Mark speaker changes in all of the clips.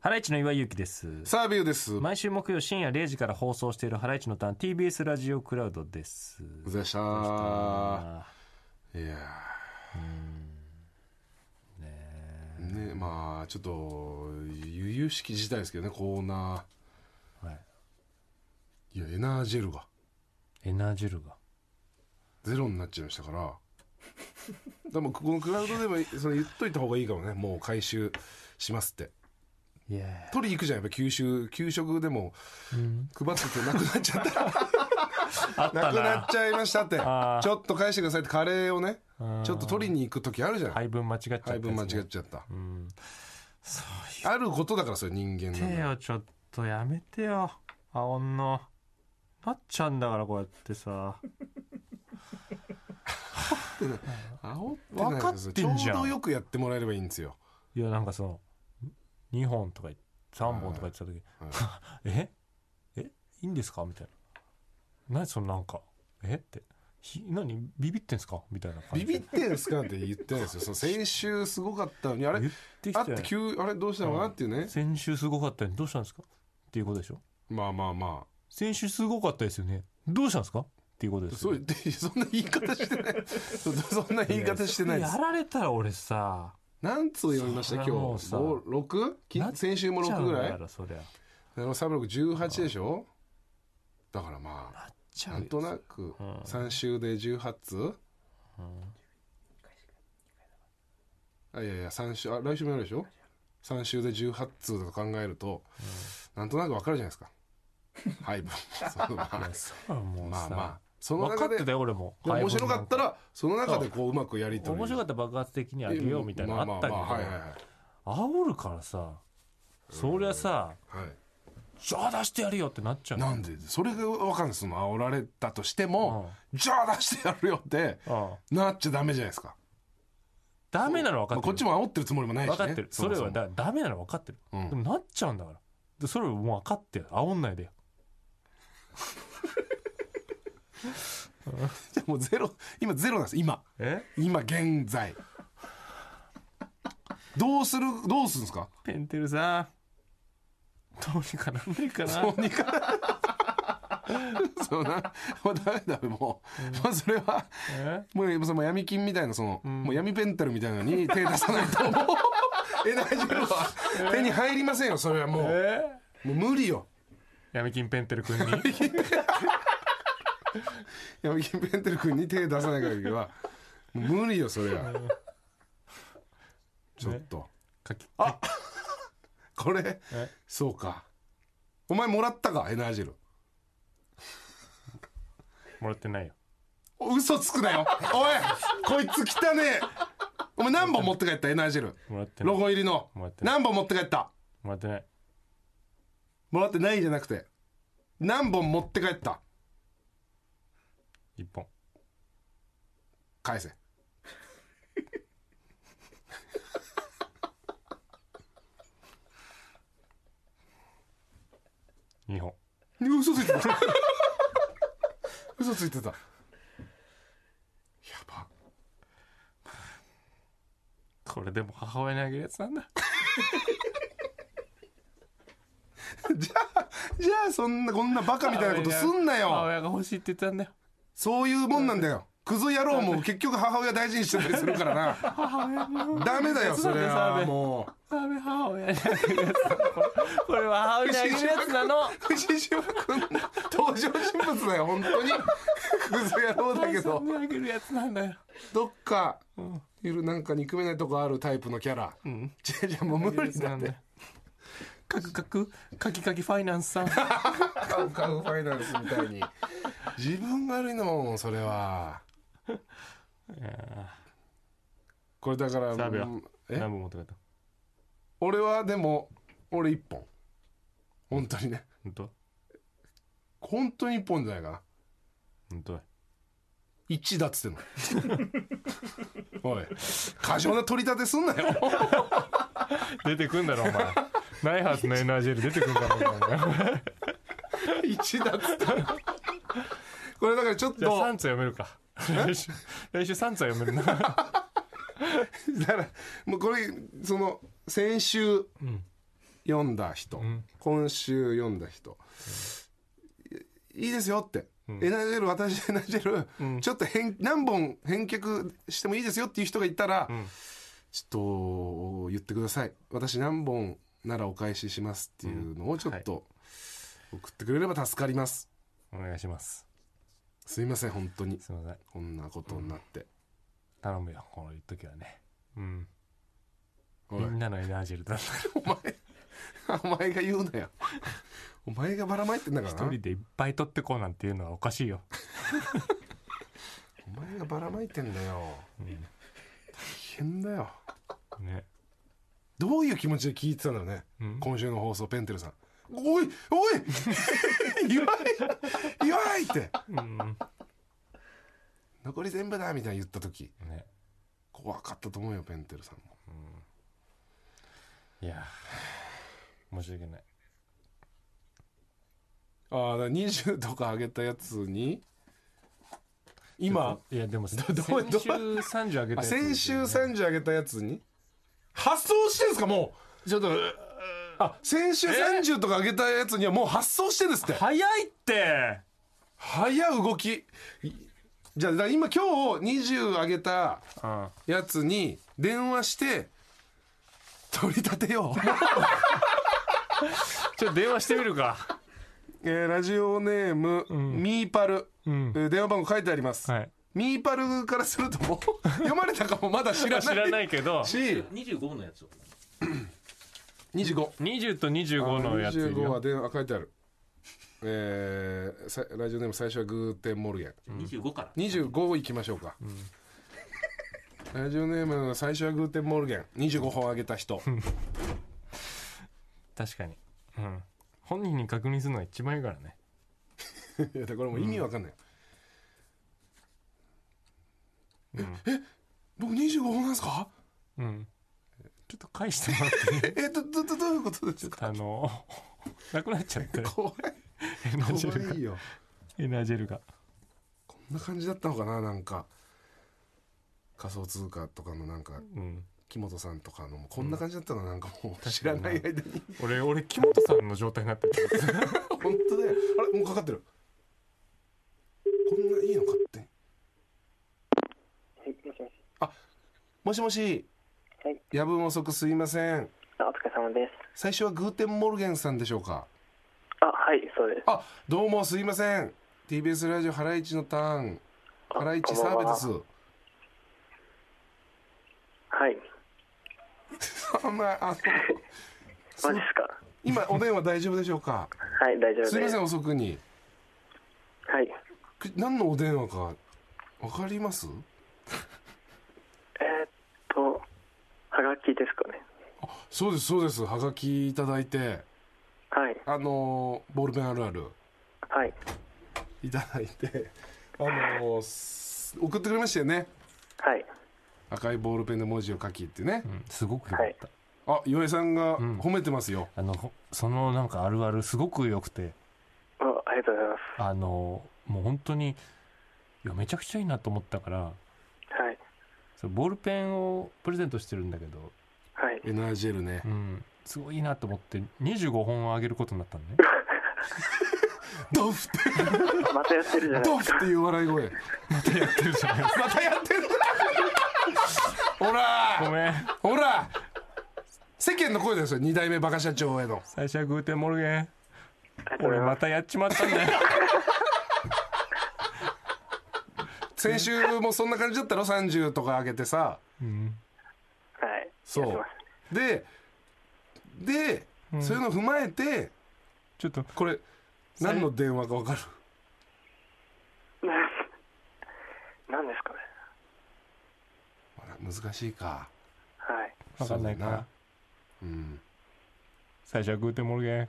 Speaker 1: ハライチの岩井ゆきです
Speaker 2: サービューです。お
Speaker 1: 毎週木曜深夜0時から放送しているハライチのターン TBS ラジオクラウドです
Speaker 2: 疲れ様でした。いや
Speaker 1: あ
Speaker 2: ーねまあ、ちょっと、悠々しき事態ですけどね、コーナ
Speaker 1: ーはい
Speaker 2: ー。いや、エナージェルが
Speaker 1: エナージェルが
Speaker 2: ゼロになっちゃいましたから。 でも、ここのクラウドでも、その言っといた方がいいかもね。もう回収しますって。
Speaker 1: いや
Speaker 2: 取り行くじゃん、やっぱ給食、給食でも、配っててなくなっちゃった。
Speaker 1: あっ
Speaker 2: な
Speaker 1: た
Speaker 2: くなっ
Speaker 1: な
Speaker 2: ちゃいましたって。
Speaker 1: あー
Speaker 2: ちょっと返してくださいってカレーをね
Speaker 1: うん、
Speaker 2: ちょっと取りに行く時あるじゃん。
Speaker 1: 配分間違っちゃった
Speaker 2: 配分間違っ
Speaker 1: っ
Speaker 2: ちゃった。
Speaker 1: うん
Speaker 2: あることだから、それ人間なん
Speaker 1: て
Speaker 2: だよ
Speaker 1: よちょっとやめてよあおんのなっちゃうんだからこうやってさ
Speaker 2: 煽ってない
Speaker 1: 分かってんじゃん
Speaker 2: ちょうどよくやってもらえればいいんですよ。
Speaker 1: いやなんかその2本とか3本とか言ってた時「 ええいいんですか?」みたいな「何そのなんかえっ?」て「ひ何ビビってんすか?」みたいな感
Speaker 2: ビ
Speaker 1: じ
Speaker 2: ビってんすかって言ってないですよ。 その先週すごかったのに、あれ
Speaker 1: 言ってき
Speaker 2: あ
Speaker 1: た
Speaker 2: っ
Speaker 1: よ
Speaker 2: て急、あれどうしたのかなっていうね。
Speaker 1: 先週すごかったよねどうしたんですか?」っていうことでしょ
Speaker 2: まあまあま
Speaker 1: 「先週すごかったですよねどうしたんですか?」っていうことで
Speaker 2: あ。
Speaker 1: すよ
Speaker 2: そう言って、そんな言い方してない。 そそんな言い方してないで
Speaker 1: や
Speaker 2: す。
Speaker 1: られたら俺さ
Speaker 2: 何通読みました
Speaker 1: そ
Speaker 2: 今
Speaker 1: れ
Speaker 2: 日。
Speaker 1: はもうさ
Speaker 2: もう 6? き
Speaker 1: なっ
Speaker 2: 先週も
Speaker 1: ちゃ
Speaker 2: 6
Speaker 1: う
Speaker 2: ぐ
Speaker 1: ん
Speaker 2: ら
Speaker 1: だか
Speaker 2: い
Speaker 1: らそりゃ
Speaker 2: あの、368でしょだからまあ、
Speaker 1: ちゃ
Speaker 2: な
Speaker 1: うんよ
Speaker 2: となく
Speaker 1: うん
Speaker 2: 3週で18通あいやいや3週あ来週もやるでしょ3週で18通だと考えると、なんとなくわかるじゃないですか配分そのま
Speaker 1: い
Speaker 2: あ
Speaker 1: やそうは もう
Speaker 2: まあ
Speaker 1: さ、
Speaker 2: まあその
Speaker 1: 分か
Speaker 2: 中
Speaker 1: っ
Speaker 2: で
Speaker 1: てたよ俺も
Speaker 2: でも面白かったらその中でこううまくやり取り
Speaker 1: 面白かったら爆発的にあげようみたいなのあったけど、
Speaker 2: まあまあまあはいはいはい
Speaker 1: 煽るからさそりゃさ
Speaker 2: はい
Speaker 1: じゃあ出してやるよってなっちゃう
Speaker 2: なんでそれがわかんないその煽られたとしても、じゃあ出してやるよって
Speaker 1: ああ
Speaker 2: なっちゃダメじゃないですか
Speaker 1: ダメなの分か
Speaker 2: まあ
Speaker 1: ってる
Speaker 2: こっちも煽ってるつもりもないし、ね、
Speaker 1: 分かってるそれ
Speaker 2: も
Speaker 1: は
Speaker 2: も
Speaker 1: だダメなの分かってる、
Speaker 2: うん
Speaker 1: でもなっちゃうんだからでそれはもう分かってる煽んないでよ
Speaker 2: じゃあもうゼロ今ゼロなんです今
Speaker 1: え
Speaker 2: 今現在どうするどうするんですか
Speaker 1: ペンテルさんどうにかなんないかな
Speaker 2: どうにかそうなもうダメだもう、まあ、それは
Speaker 1: え
Speaker 2: もうその闇金みたいなその、もう闇ペンタルみたいなのに手出さないともうエナジェルは手に入りませんよそれはもう
Speaker 1: え
Speaker 2: もう無理よ
Speaker 1: 闇金ペンテル君に
Speaker 2: 闇金ペンテル君に手出さない限りはもう無理よそれはちょっと、
Speaker 1: 書き
Speaker 2: これ
Speaker 1: え
Speaker 2: そうかお前もらったかエナジェル
Speaker 1: もらってないよ
Speaker 2: 嘘つくなよおいこいつ汚ねえお前何本持って帰ったエナージェル
Speaker 1: もらってない
Speaker 2: ロ
Speaker 1: も
Speaker 2: ゴ入りの
Speaker 1: もらってない
Speaker 2: 何本持って帰った
Speaker 1: らってない
Speaker 2: もらってないじゃなくて何本持って帰った
Speaker 1: 一本
Speaker 2: 返せ
Speaker 1: 二本
Speaker 2: 嘘ついてた嘘ついてたやば
Speaker 1: これでも母親にあげるやつなんだ
Speaker 2: じゃあじゃあそんなこんなバカみたいなことすんな
Speaker 1: 母
Speaker 2: よ
Speaker 1: 親が欲しいって言ったんだよ
Speaker 2: そういうもんなんだよクズ野郎も結局母親大事にしてたりするからな
Speaker 1: 母親に
Speaker 2: ダメだよそれはもう
Speaker 1: ダメ母親にあげるやつこれは母親にあげるやつなの
Speaker 2: 藤島君の登場人物だよ本当にクズ野郎だ
Speaker 1: 母
Speaker 2: けど
Speaker 1: にあげるやつなんだよ
Speaker 2: どっかいるなんか憎めないとこあるタイプのキャラ、じゃあじゃあもう無理だって
Speaker 1: カクカクカキカキファイナンスさん
Speaker 2: カウカウファイナンスみたいに自分が悪いのもんそれはこれだから
Speaker 1: 澤部は
Speaker 2: うんえ
Speaker 1: 何本持って帰った
Speaker 2: 俺はでも俺一本本当にね
Speaker 1: 本当
Speaker 2: 本当に一本じゃないかな
Speaker 1: 本当だ
Speaker 2: 一だっつってんのおい過剰な取り立てすんなよ
Speaker 1: 出てくんだろお前 ナイハースのエナージェル出てくんだろお前
Speaker 2: 一だっつってこれだからちょっ
Speaker 1: じゃあ3
Speaker 2: と
Speaker 1: 通読めるか来週来週3通読めるな
Speaker 2: だからもうこれその先週、読んだ人、
Speaker 1: うん
Speaker 2: 今週読んだ人、いいいですよって、エナジェル私エナジェル、
Speaker 1: うん
Speaker 2: ちょっと返何本返却してもいいですよっていう人がいたら、
Speaker 1: ん
Speaker 2: ちょっと言ってください私何本ならお返ししますっていうのをちょっと送ってくれれば助かります、
Speaker 1: お願いします
Speaker 2: すいません本当に
Speaker 1: すいません
Speaker 2: こんなことになって、
Speaker 1: 頼むよこの時はねうん
Speaker 2: おい
Speaker 1: みんなのエナジェルだった
Speaker 2: お前お前 が言うなよお前がばらまいてんだからな
Speaker 1: 一人でいっぱい取ってこうなんていうのはおかしいよ
Speaker 2: お前がばらまいてんだよ、大変だよ
Speaker 1: ね
Speaker 2: どういう気持ちで聞いてたんだろうね、
Speaker 1: うん
Speaker 2: 今週の放送ペンテルさんおいおい 岩井岩井って
Speaker 1: うん
Speaker 2: 残り全部だみたいな言った時
Speaker 1: ね
Speaker 2: 怖かったと思うよペンテルさんも
Speaker 1: いやー申し訳ない
Speaker 2: ああだから20とか上げたやつに今
Speaker 1: いやでも先
Speaker 2: ど
Speaker 1: 週
Speaker 2: どう
Speaker 1: 30あげた
Speaker 2: あ
Speaker 1: やつですよね
Speaker 2: 先週30上げたやつに発送してんですかもうちょっとあ先週30とか上げたやつにはもう発送してんですって
Speaker 1: 早いって
Speaker 2: 早い動きいじゃあだから今今日20上げた
Speaker 1: うん
Speaker 2: やつに電話して取り立てよう
Speaker 1: ちょっと電話してみるか
Speaker 2: えーラジオネーム、ミーパル、
Speaker 1: ん
Speaker 2: えー電話番号書いてあります、
Speaker 1: はい
Speaker 2: ミーパルからするともう読まれたかもまだ知らない
Speaker 1: 知らないけど
Speaker 2: し
Speaker 3: 25のやつを
Speaker 2: 25
Speaker 1: 20と25のやついる
Speaker 2: 25は
Speaker 1: よ
Speaker 2: 電話書いてあるえーさラジオネーム最初はグーテンモルゲン
Speaker 3: 25から
Speaker 2: 25いきましょうか、ラジオネーム最初はグーテンモルゲン25本あげた人
Speaker 1: 確かにうん本人に確認するのが一番いいからね
Speaker 2: いやだからもう意味わかんない、ええ僕25本なんですか
Speaker 1: うんちょっと返してもらっていい
Speaker 2: えどどどどういうことですか
Speaker 1: あの なくなっちゃって
Speaker 2: 怖い
Speaker 1: エナジェル
Speaker 2: 怖
Speaker 1: が
Speaker 2: いよ
Speaker 1: エナジェルが
Speaker 2: こんな感じだったのかななんか仮想通貨とかのなんか
Speaker 1: うん
Speaker 2: 木本さんとかのもこんな感じだったのなんかもう知らない間に
Speaker 1: 俺俺木本さんの状態になってる
Speaker 2: 本当だよあれもうかかってるこんないいの勝手に
Speaker 4: はい、もしもし。
Speaker 2: もしもし
Speaker 4: はい、
Speaker 2: 夜分遅くすいません
Speaker 4: あお疲れ様です。
Speaker 2: 最初はグーテンモルゲンさんでしょうか
Speaker 4: あ、はい、そうです。
Speaker 2: あどうもすいません TBS ラジオハライチのターンハライチ澤部です
Speaker 4: こんばんは
Speaker 2: あ
Speaker 4: い、
Speaker 2: んまあの
Speaker 4: マジですか。
Speaker 2: 今お電話大丈夫でしょうか
Speaker 4: はい、大丈夫です。
Speaker 2: すいません遅くに
Speaker 4: はい。
Speaker 2: く何のお電話かわかります
Speaker 4: えーっと、はがきですかね。
Speaker 2: そうですそうですはがきいただいて
Speaker 4: はい、
Speaker 2: あのーボールペンあるある
Speaker 4: はい、
Speaker 2: いただいてあのーす送ってくれましたよね
Speaker 4: はい、
Speaker 2: 赤いボールペンで文字を書きってね
Speaker 1: すごくよかった
Speaker 2: あ岩井さんが
Speaker 1: ん
Speaker 2: 褒めてますよ、
Speaker 1: あのほそのなんかあるあるすごく良くて
Speaker 4: あ。ありがとうございま
Speaker 1: あのもう本当にいやめちゃくちゃいいなと思ったから
Speaker 4: す。はい、
Speaker 1: そうボールペンをプレゼントしてるんだけど、
Speaker 4: はい。
Speaker 2: エナージェルね
Speaker 1: うん、すごいいいなと思って25本あげることになったのね
Speaker 2: ドフって
Speaker 4: またやってるじゃない
Speaker 2: ド
Speaker 4: です
Speaker 2: フっていう笑い声
Speaker 1: またやってるじゃないですか
Speaker 2: またやってるほ
Speaker 1: ご
Speaker 2: ら
Speaker 1: めん
Speaker 2: ほら世間の声ですよ二代目バカ社長への
Speaker 1: 最初はグーテンモルゲン
Speaker 4: か。ありがとうござ
Speaker 1: 俺
Speaker 4: いま
Speaker 1: またやっちまったんだよ
Speaker 2: 先週もそんな感じだったろ30とか上げてさ
Speaker 1: うん
Speaker 4: す。はい。
Speaker 2: そ
Speaker 4: やってま
Speaker 2: うでで、
Speaker 1: ん
Speaker 2: そういうの踏まえて
Speaker 1: ちょっと
Speaker 2: これ何の電話か分かる
Speaker 4: す。何ですかね。
Speaker 2: ほら難しいか
Speaker 4: はい、
Speaker 1: 分かんないか
Speaker 2: そうだ
Speaker 1: な
Speaker 2: なうん
Speaker 1: 最初はグーテンモルゲン
Speaker 4: はい。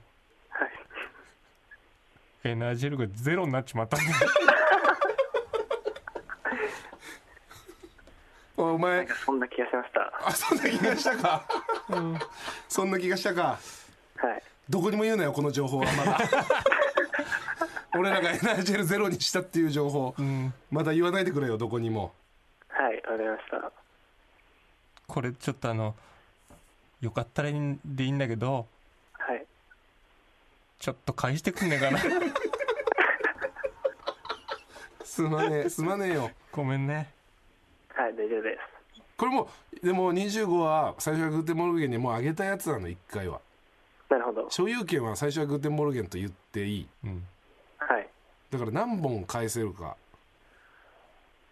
Speaker 1: エナジェルがゼロになっちまったんだよ
Speaker 2: あお前
Speaker 4: そんな気がしました。
Speaker 2: あそんな気がしたか、そんな気がしたか
Speaker 4: はい。
Speaker 2: どこにも言うなよこの情報は まだ俺らがエナージェルゼロにしたっていう情報、
Speaker 1: ん
Speaker 2: まだ言わないでくれよどこにも
Speaker 4: はい、わかりました。
Speaker 1: これちょっとあのよかったらでいいんだけどちょっと返してくんねえかな
Speaker 2: すまねえすまねえよ
Speaker 1: ごめんね
Speaker 4: はい、大丈夫です。
Speaker 2: これもうでも25は最初はグーテンモルゲンにもうあげたやつなの1回は
Speaker 4: なるほど。
Speaker 2: 所有権は最初はグーテンモルゲンと言っていい
Speaker 1: うん
Speaker 4: はい。
Speaker 2: だから何本返せるか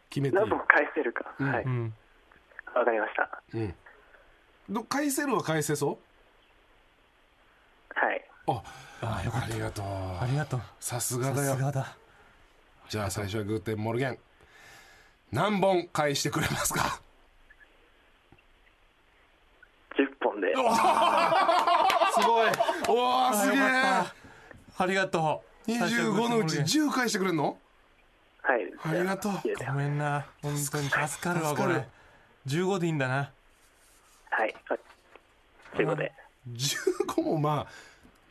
Speaker 2: 決めていい
Speaker 4: 何本返せるか。
Speaker 2: うん
Speaker 4: はい。
Speaker 1: うん
Speaker 4: わかりました。
Speaker 2: うんど返せるは返せそ
Speaker 4: はい。
Speaker 2: うあ
Speaker 1: ああよかっ
Speaker 2: ありがとう
Speaker 1: たありがとう
Speaker 2: さすが
Speaker 1: さ
Speaker 2: だよ
Speaker 1: すがだ
Speaker 2: じゃあ最初はグーテンモルゲン何本返してくれますか
Speaker 4: 10本で。
Speaker 2: すごいおおす
Speaker 1: あよ
Speaker 2: げ
Speaker 1: かったありがとう
Speaker 2: え25のうち10返してくれんの
Speaker 4: はい。
Speaker 2: ありがとう
Speaker 4: じゃあ
Speaker 1: ごめんな本当に助かるわ
Speaker 2: 助
Speaker 1: こ
Speaker 2: かる
Speaker 1: れ15でいいんだな
Speaker 4: はい。はいということで。
Speaker 2: 15もまあ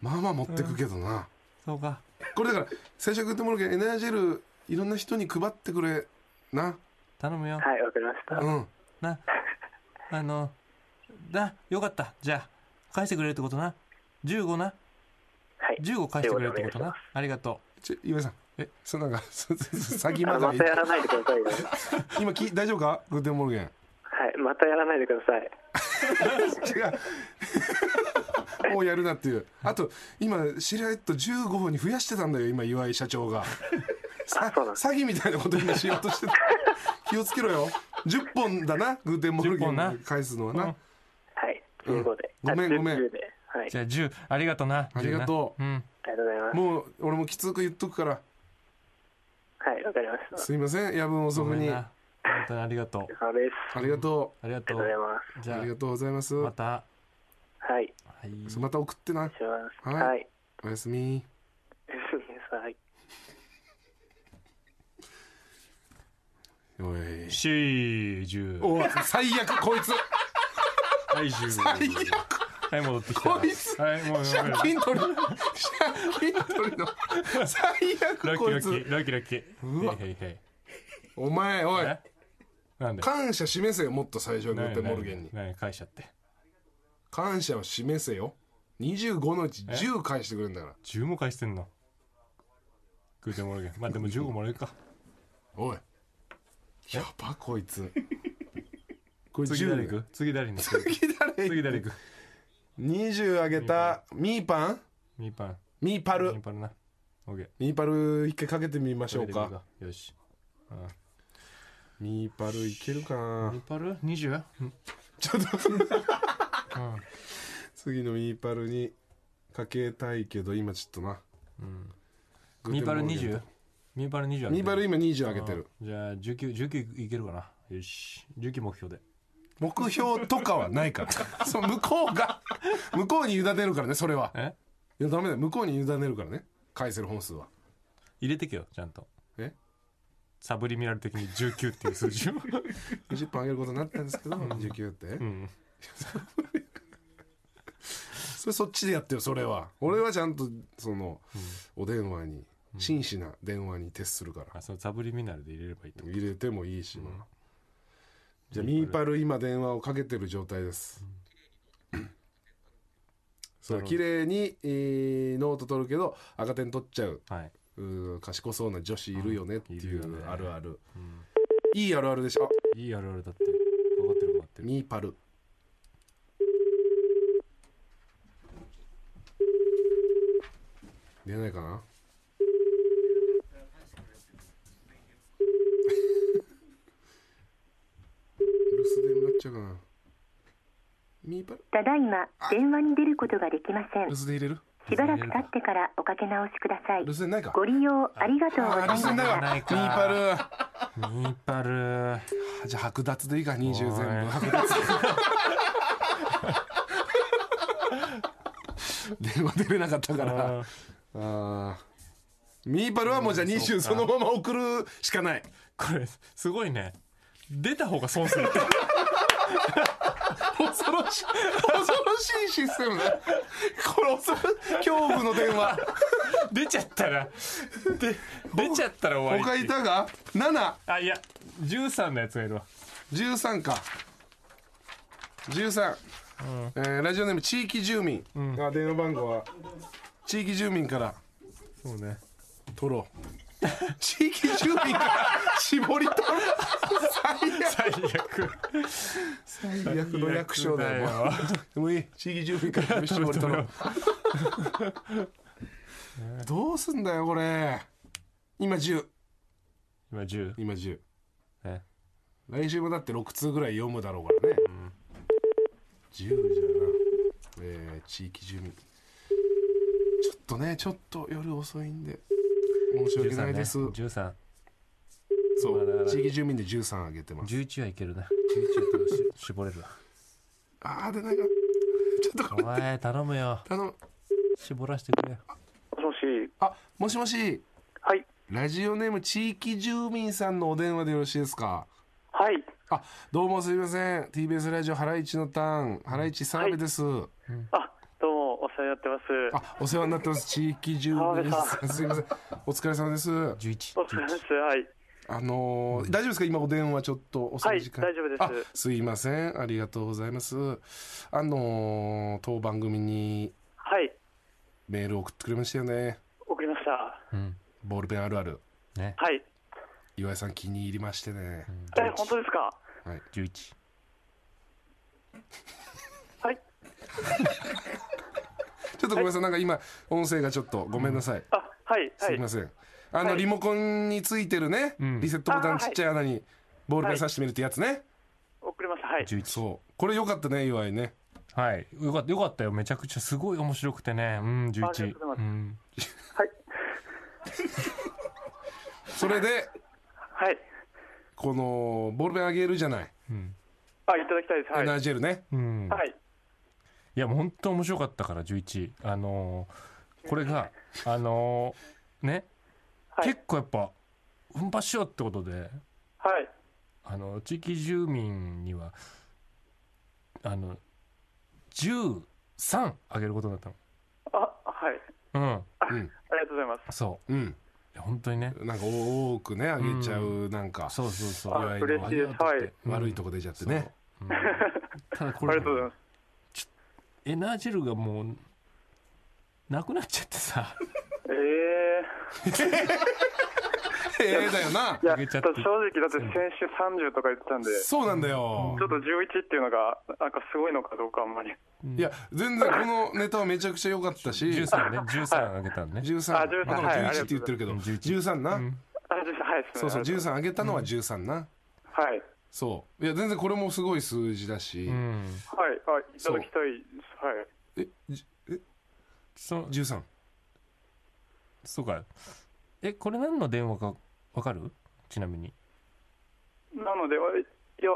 Speaker 2: まあまあ持ってくけどな、
Speaker 1: そうか
Speaker 2: これだから最初はグーテンモルゲンエナジェルいろんな人に配ってくれな
Speaker 1: 頼むよ
Speaker 4: はい、わかりました。
Speaker 2: うん
Speaker 1: なあのだよかったじゃあ返してくれるってことな15な
Speaker 4: はい。
Speaker 1: 15返してくれるってこと
Speaker 4: お願
Speaker 1: ない
Speaker 4: し
Speaker 1: ありがと
Speaker 2: ちょ岩井さん
Speaker 1: え
Speaker 2: そのなんかそそそ詐欺
Speaker 4: ま
Speaker 2: ま
Speaker 4: あ
Speaker 2: が
Speaker 4: ま
Speaker 2: い
Speaker 4: たやらないでくだ さいよ。
Speaker 2: 今き大丈夫かグーテンモルゲン
Speaker 4: はい。またやらないでください。
Speaker 2: 違う もうやるなっていうあと今知り合いと15本に増やしてたんだよ今岩井社長がさ
Speaker 4: そうなんです
Speaker 2: 詐欺みたいなこと今しようと してた気をつけろよ10本だなグーテンモルゲ
Speaker 1: 10本な
Speaker 2: ン返すのはな、
Speaker 1: うん
Speaker 4: はい。15で。
Speaker 2: うんごめん
Speaker 4: あ10
Speaker 2: ごめん
Speaker 4: 10で。はいう
Speaker 1: じ。ゃあ10ありがとな
Speaker 2: ありがと
Speaker 1: ううん
Speaker 4: ありがとうございます。
Speaker 2: もう俺もきつく言っとくから
Speaker 4: はい、わかりました。
Speaker 2: すいません夜分遅
Speaker 1: ご
Speaker 2: く
Speaker 1: めん
Speaker 2: に
Speaker 1: な
Speaker 2: あ
Speaker 1: 本当にありがとう
Speaker 4: そうです。あ
Speaker 2: りがと
Speaker 1: ありがとう
Speaker 4: りがとうございます。
Speaker 1: じ
Speaker 2: うあ
Speaker 1: ゃ
Speaker 2: りがとうございます
Speaker 1: あまた
Speaker 4: はい。
Speaker 1: はい
Speaker 2: また送ってな
Speaker 4: します。
Speaker 2: はい
Speaker 4: はい。
Speaker 2: おやすみ
Speaker 4: はい。
Speaker 2: お い
Speaker 1: 4010
Speaker 2: おい最悪こいつ
Speaker 1: はい10
Speaker 2: 最悪
Speaker 1: はい戻ってきた
Speaker 2: こいつ
Speaker 1: はいもうやめ
Speaker 2: 借
Speaker 1: ろ
Speaker 2: 金取り借金取りの最
Speaker 1: ラッ
Speaker 2: 悪
Speaker 1: キー
Speaker 2: こ
Speaker 1: ラ
Speaker 2: い
Speaker 1: ッ
Speaker 2: つ
Speaker 1: キーラッキーラッキー
Speaker 2: うわ
Speaker 1: へいへいへい
Speaker 2: お前おい
Speaker 1: えなんで
Speaker 2: 感謝示せよもっと最初はグーテンモルゲンに
Speaker 1: 何返しちゃって
Speaker 2: 感謝を示せよ25のうち10返してくれるんだから
Speaker 1: 10も返してんのグーテンモルゲンまあでも15もらえるか
Speaker 2: おいやばこいつこれ
Speaker 1: 次
Speaker 2: 10
Speaker 1: 誰
Speaker 2: だ
Speaker 1: 行
Speaker 2: よ
Speaker 1: く次誰に次
Speaker 2: 次誰
Speaker 1: 次誰行く
Speaker 2: 20あげたミーパン
Speaker 1: ミーパン
Speaker 2: ミーパ
Speaker 1: ミー
Speaker 2: ル
Speaker 1: パルなオッケー
Speaker 2: ミーパル一回かけてみましょう
Speaker 1: か
Speaker 2: か
Speaker 1: よし
Speaker 2: ミーパルいけるかな
Speaker 1: ミーパル 20?
Speaker 2: ちょっと次のミーパルにかけたいけど今ちょっとな
Speaker 1: うん
Speaker 2: グーテ
Speaker 1: ミー
Speaker 2: ンモ
Speaker 1: パ
Speaker 2: ル
Speaker 1: ル
Speaker 2: ゲン
Speaker 1: 20? ミーパル20あげてる
Speaker 2: ミーパル今20上げてる
Speaker 1: じゃあ1919いけるかなよし19目標で
Speaker 2: 目標とかはないから そう向こうが向こうに委ねるからねそれは
Speaker 1: え
Speaker 2: いやダメだよ向こうに委ねるからね返せる本数は
Speaker 1: 入れてけよちゃんと
Speaker 2: え
Speaker 1: サブリミナル的に19っていう数 字を
Speaker 2: 20本上げることになったんですけど19って、
Speaker 1: うん
Speaker 2: それそっちでやってよそれは俺はちゃんとその、お電話に真摯な電話に徹するから
Speaker 1: あそのサブリミナルで入れればいいと
Speaker 2: 入れてもいいしな、じゃあミーパル今電話をかけてる状態です、そう綺麗に、えーノート取るけど赤点取っちゃう
Speaker 1: はいう
Speaker 2: ー賢そうな女子いるよねって
Speaker 1: いる
Speaker 2: い
Speaker 1: よね
Speaker 2: うあるある、いいあるあるでしょあ
Speaker 1: いいあるあるだって分かってる分かってる
Speaker 2: ミーパル出ないかな 留守電になっちゃうかなミーパル
Speaker 3: ただいま電話に出ることができません
Speaker 2: 留守電入れる
Speaker 3: しばらく経ってからおかけ直しください
Speaker 2: 留守電ないか
Speaker 3: ご利用ありがとうござい
Speaker 2: あ留
Speaker 3: ます
Speaker 2: 守電ないわ
Speaker 1: ない
Speaker 2: ミ
Speaker 1: か
Speaker 2: ーパル
Speaker 1: ミーパル
Speaker 2: じゃあ剥奪でいいか20全部
Speaker 1: おい
Speaker 2: 剥奪 電話出れなかったから
Speaker 1: あ
Speaker 2: あーミーパルはもうじゃあ
Speaker 1: そう
Speaker 2: 20
Speaker 1: か
Speaker 2: そのまま送るしかない
Speaker 1: これすごいね出た方が損するって
Speaker 2: 恐ろしい恐ろしいシステムだこれ恐ろ恐怖の電話
Speaker 1: 出ちゃったらで出ちゃったら終わ
Speaker 2: 他
Speaker 1: りっ
Speaker 2: い
Speaker 1: ていう
Speaker 2: たが
Speaker 1: あいや13のやつがいるわ
Speaker 2: 713か13、えーラジオネーム地域住民、あ電話番号は地域住民から
Speaker 1: そうね
Speaker 2: 取ろ う地域住民から絞り取る
Speaker 1: 最悪
Speaker 2: 最悪の略称だよもうでもいい地域住民から絞り取ろう どうすんだよこれ今10
Speaker 1: 今10
Speaker 2: 今10
Speaker 1: ね
Speaker 2: 来週もだって6通ぐらい読むだろうからね、10じゃな、えー、地域住民ちょっとねちょっと夜遅いんで申し訳ないです、
Speaker 1: 13
Speaker 2: そ
Speaker 1: まだま
Speaker 2: う
Speaker 1: だ
Speaker 2: 地域住民で13あげてます
Speaker 1: 11はいけるな11はし絞れるわ
Speaker 2: あー出ないかちょっとこ
Speaker 1: お
Speaker 2: れ
Speaker 1: 前頼むよ
Speaker 2: 頼む
Speaker 1: 絞らせてくれよ
Speaker 4: もし、
Speaker 2: あもしもし
Speaker 4: はい。
Speaker 2: ラジオネーム地域住民さんのお電話でよろしいですか
Speaker 4: はい。
Speaker 2: あどうもすいません TBS ラジオハライチのターンハライチ澤部です、
Speaker 4: あ、どうも、お世話になってます。
Speaker 2: あ、お世話になってます。地域住民 です。すみません。お疲れ様です。
Speaker 4: お
Speaker 1: 1111
Speaker 4: 疲れ様です。はい。
Speaker 2: あのー大丈夫ですか今お電話ちょっと遅い時間。
Speaker 4: はい大丈夫です
Speaker 2: あ。すいません。ありがとうございます。あのー当番組に
Speaker 4: はい。
Speaker 2: メール送ってくれましたよね。
Speaker 4: 送りました。は
Speaker 1: うん
Speaker 2: ボールペンあるある。
Speaker 1: ね
Speaker 4: い。
Speaker 2: 岩井さん気に入りましてね。
Speaker 4: え、本当ですか
Speaker 1: 11
Speaker 4: はい。
Speaker 2: ちょっとごめんなさい。なんか今、音声がちょっとごめんなさい。
Speaker 4: あ、はい。は
Speaker 2: すい
Speaker 4: い
Speaker 2: ま。せん。あの、
Speaker 4: はい
Speaker 2: リモコンについてるね、
Speaker 1: ん
Speaker 2: リセットボタ
Speaker 4: あ
Speaker 2: ン
Speaker 4: ー
Speaker 2: ちっちゃい穴にボールペン刺してみるってやつね。
Speaker 4: 送りました。はい。
Speaker 1: 11
Speaker 2: そう。これよかったね、岩井ね。
Speaker 1: はいよかったよかったよめちゃくちゃすごい面白くてねうん
Speaker 4: あり
Speaker 1: 11
Speaker 4: がとうご
Speaker 1: う
Speaker 4: ざい
Speaker 1: ん
Speaker 4: はい。
Speaker 2: それで、
Speaker 4: はい。
Speaker 2: このボールペンあげるじゃない、
Speaker 1: うん
Speaker 4: あ、いただきたいです。は
Speaker 2: エ
Speaker 4: い。
Speaker 2: ナージェルね
Speaker 1: うん
Speaker 4: はい。
Speaker 1: いやもう本当面白かったから11あのーこれがあのーね
Speaker 4: はい
Speaker 1: 結構やっぱ奮発しようってことで
Speaker 4: はい。
Speaker 1: あの地域住民にはあの13あげることになっ
Speaker 4: あ、はい。
Speaker 1: たの
Speaker 4: ありがとうございます
Speaker 1: うん。そ
Speaker 2: うん
Speaker 1: ういや本当にね
Speaker 2: なんか多くねあげちゃうなんか、
Speaker 1: そうそうそうい
Speaker 4: あ
Speaker 1: や
Speaker 2: いわゆる
Speaker 4: 嬉しいです。はい。
Speaker 2: 悪いとこ出ちゃってね、
Speaker 1: うんただこれ
Speaker 4: ありがとうございます。
Speaker 1: エナージェルがもうなくなっちゃってさ
Speaker 4: ええ
Speaker 2: ええだよない
Speaker 4: や、
Speaker 1: あげち
Speaker 4: ち
Speaker 1: ゃ
Speaker 4: ょ
Speaker 1: っ
Speaker 4: ってと正直だって先週30とか言ってたんで、ち
Speaker 2: そうなんだよ、
Speaker 4: ょっと11っていうのが、なんかすごいのかどうかあんまり。
Speaker 2: いや全然このネタはめちゃくちゃ良かったし
Speaker 1: 13ね13あげたのね
Speaker 2: 13
Speaker 4: あ13
Speaker 2: まあ
Speaker 4: はい
Speaker 2: 11って言ってるけど、
Speaker 1: うん11
Speaker 2: 13な、
Speaker 4: あ、じゃあはい、す
Speaker 2: そうそう
Speaker 4: みませ
Speaker 2: 13
Speaker 4: ん
Speaker 2: あげたのは13な、
Speaker 4: はい。
Speaker 2: そういや全然これもすごい数字だし、
Speaker 1: うん
Speaker 4: はい、あ、いただきたいです。はい。
Speaker 2: えじえ
Speaker 1: そ
Speaker 2: 13
Speaker 1: そうかえこれ何の電話かわかるちなみに
Speaker 4: なので、あいや、